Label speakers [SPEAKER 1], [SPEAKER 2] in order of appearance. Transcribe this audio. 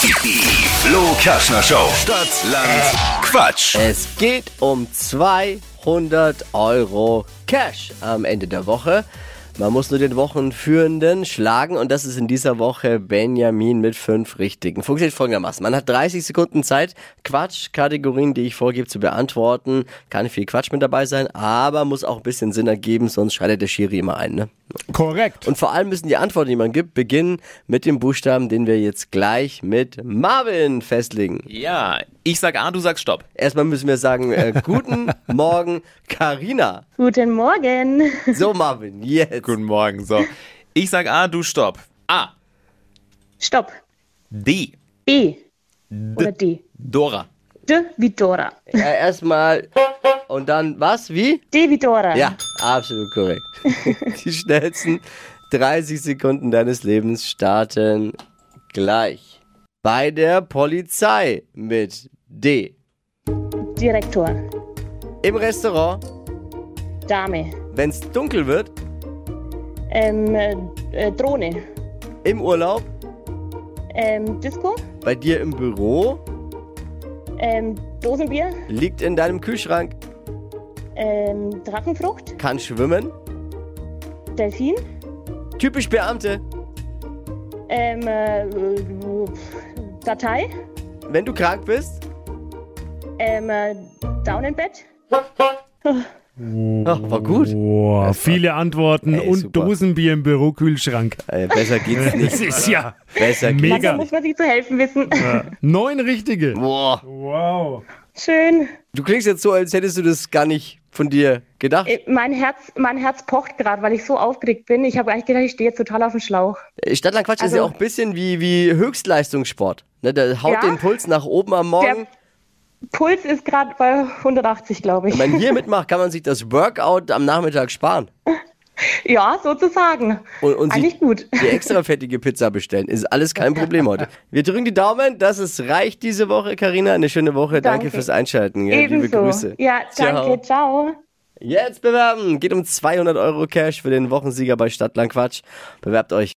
[SPEAKER 1] Die Flo Kaschner Show. Stadt, Land, Quatsch.
[SPEAKER 2] Es geht um 200 Euro Cash am Ende der Woche. Man muss nur den Wochenführenden schlagen und das ist in dieser Woche Benjamin mit fünf Richtigen. Funktioniert folgendermaßen. Man hat 30 Sekunden Zeit, Quatschkategorien, die ich vorgebe, zu beantworten. Kann viel Quatsch mit dabei sein, aber muss auch ein bisschen Sinn ergeben, sonst schaltet der Schiri immer ein. Ne?
[SPEAKER 3] Korrekt.
[SPEAKER 2] Und vor allem müssen die Antworten, die man gibt, beginnen mit dem Buchstaben, den wir jetzt gleich mit Marvin festlegen.
[SPEAKER 4] Ja, ich sag A, du sagst Stopp.
[SPEAKER 2] Erstmal müssen wir sagen, äh, guten Morgen, Karina.
[SPEAKER 5] Guten Morgen.
[SPEAKER 2] So, Marvin, jetzt.
[SPEAKER 4] Guten Morgen, so. Ich sag A, du Stopp. A,
[SPEAKER 5] Stopp.
[SPEAKER 4] D,
[SPEAKER 5] B. Oder D.
[SPEAKER 4] Dora.
[SPEAKER 5] D wie Dora.
[SPEAKER 2] Äh, erstmal und dann was, wie?
[SPEAKER 5] D wie Dora.
[SPEAKER 2] Ja, absolut korrekt. Die schnellsten 30 Sekunden deines Lebens starten gleich. Bei der Polizei mit D.
[SPEAKER 5] Direktor.
[SPEAKER 2] Im Restaurant,
[SPEAKER 5] Dame.
[SPEAKER 2] wenn es dunkel wird,
[SPEAKER 5] Ähm, äh, äh, Drohne.
[SPEAKER 2] im Urlaub,
[SPEAKER 5] Ähm, Disco.
[SPEAKER 2] bei dir im Büro,
[SPEAKER 5] Ähm, Dosenbier.
[SPEAKER 2] liegt in deinem Kühlschrank,
[SPEAKER 5] Ähm, Drachenfrucht.
[SPEAKER 2] kann schwimmen.
[SPEAKER 5] Delfin.
[SPEAKER 2] Typisch Beamte.
[SPEAKER 5] Ähm, äh, äh, Datei.
[SPEAKER 2] Wenn du krank bist,
[SPEAKER 5] Ähm, äh, Down im Bett.
[SPEAKER 2] Ach, Oh, war gut.
[SPEAKER 3] Boah, viele Antworten
[SPEAKER 2] Ey,
[SPEAKER 3] und
[SPEAKER 2] super.
[SPEAKER 3] Dosenbier im Bürokühlschrank.
[SPEAKER 2] Äh, besser geht's
[SPEAKER 3] Das
[SPEAKER 2] nicht.
[SPEAKER 3] ist ja
[SPEAKER 2] Besser geht's.
[SPEAKER 5] Da
[SPEAKER 3] mega.
[SPEAKER 5] Also muss man sich zu helfen wissen.
[SPEAKER 3] Neun richtige.
[SPEAKER 2] Boah.
[SPEAKER 3] Wow.
[SPEAKER 5] Schön.
[SPEAKER 2] Du klingst jetzt so, als hättest du das gar nicht von dir gedacht.
[SPEAKER 5] Äh, Mein Herz, mein Herz pocht gerade, weil ich so aufgeregt bin. Ich habe eigentlich gedacht, ich stehe jetzt total auf dem Schlauch.
[SPEAKER 2] Stadtlandquatsch Äh, ist
[SPEAKER 5] also-
[SPEAKER 2] ja auch ein bisschen wie, wie Höchstleistungssport. Ne, da haut
[SPEAKER 5] Ja.
[SPEAKER 2] den Puls nach oben am Morgen.
[SPEAKER 5] Der Puls ist gerade bei 180, glaube ich.
[SPEAKER 2] Wenn man hier mitmacht, kann man sich das Workout am Nachmittag sparen.
[SPEAKER 5] Ja, sozusagen.
[SPEAKER 2] Und, und sich
[SPEAKER 5] Eigentlich gut.
[SPEAKER 2] die extra fettige Pizza bestellen. Ist alles kein Problem heute. Wir drücken die Daumen, dass es reicht diese Woche, Karina. Eine schöne Woche. Danke,
[SPEAKER 5] Danke.
[SPEAKER 2] fürs Einschalten. Ja, liebe
[SPEAKER 5] Ebenso.
[SPEAKER 2] Grüße.
[SPEAKER 5] Ja, danke. Ciao.
[SPEAKER 2] Jetzt bewerben. Geht um 200 Euro Cash für den Wochensieger bei Stadtlandquatsch. Bewerbt euch.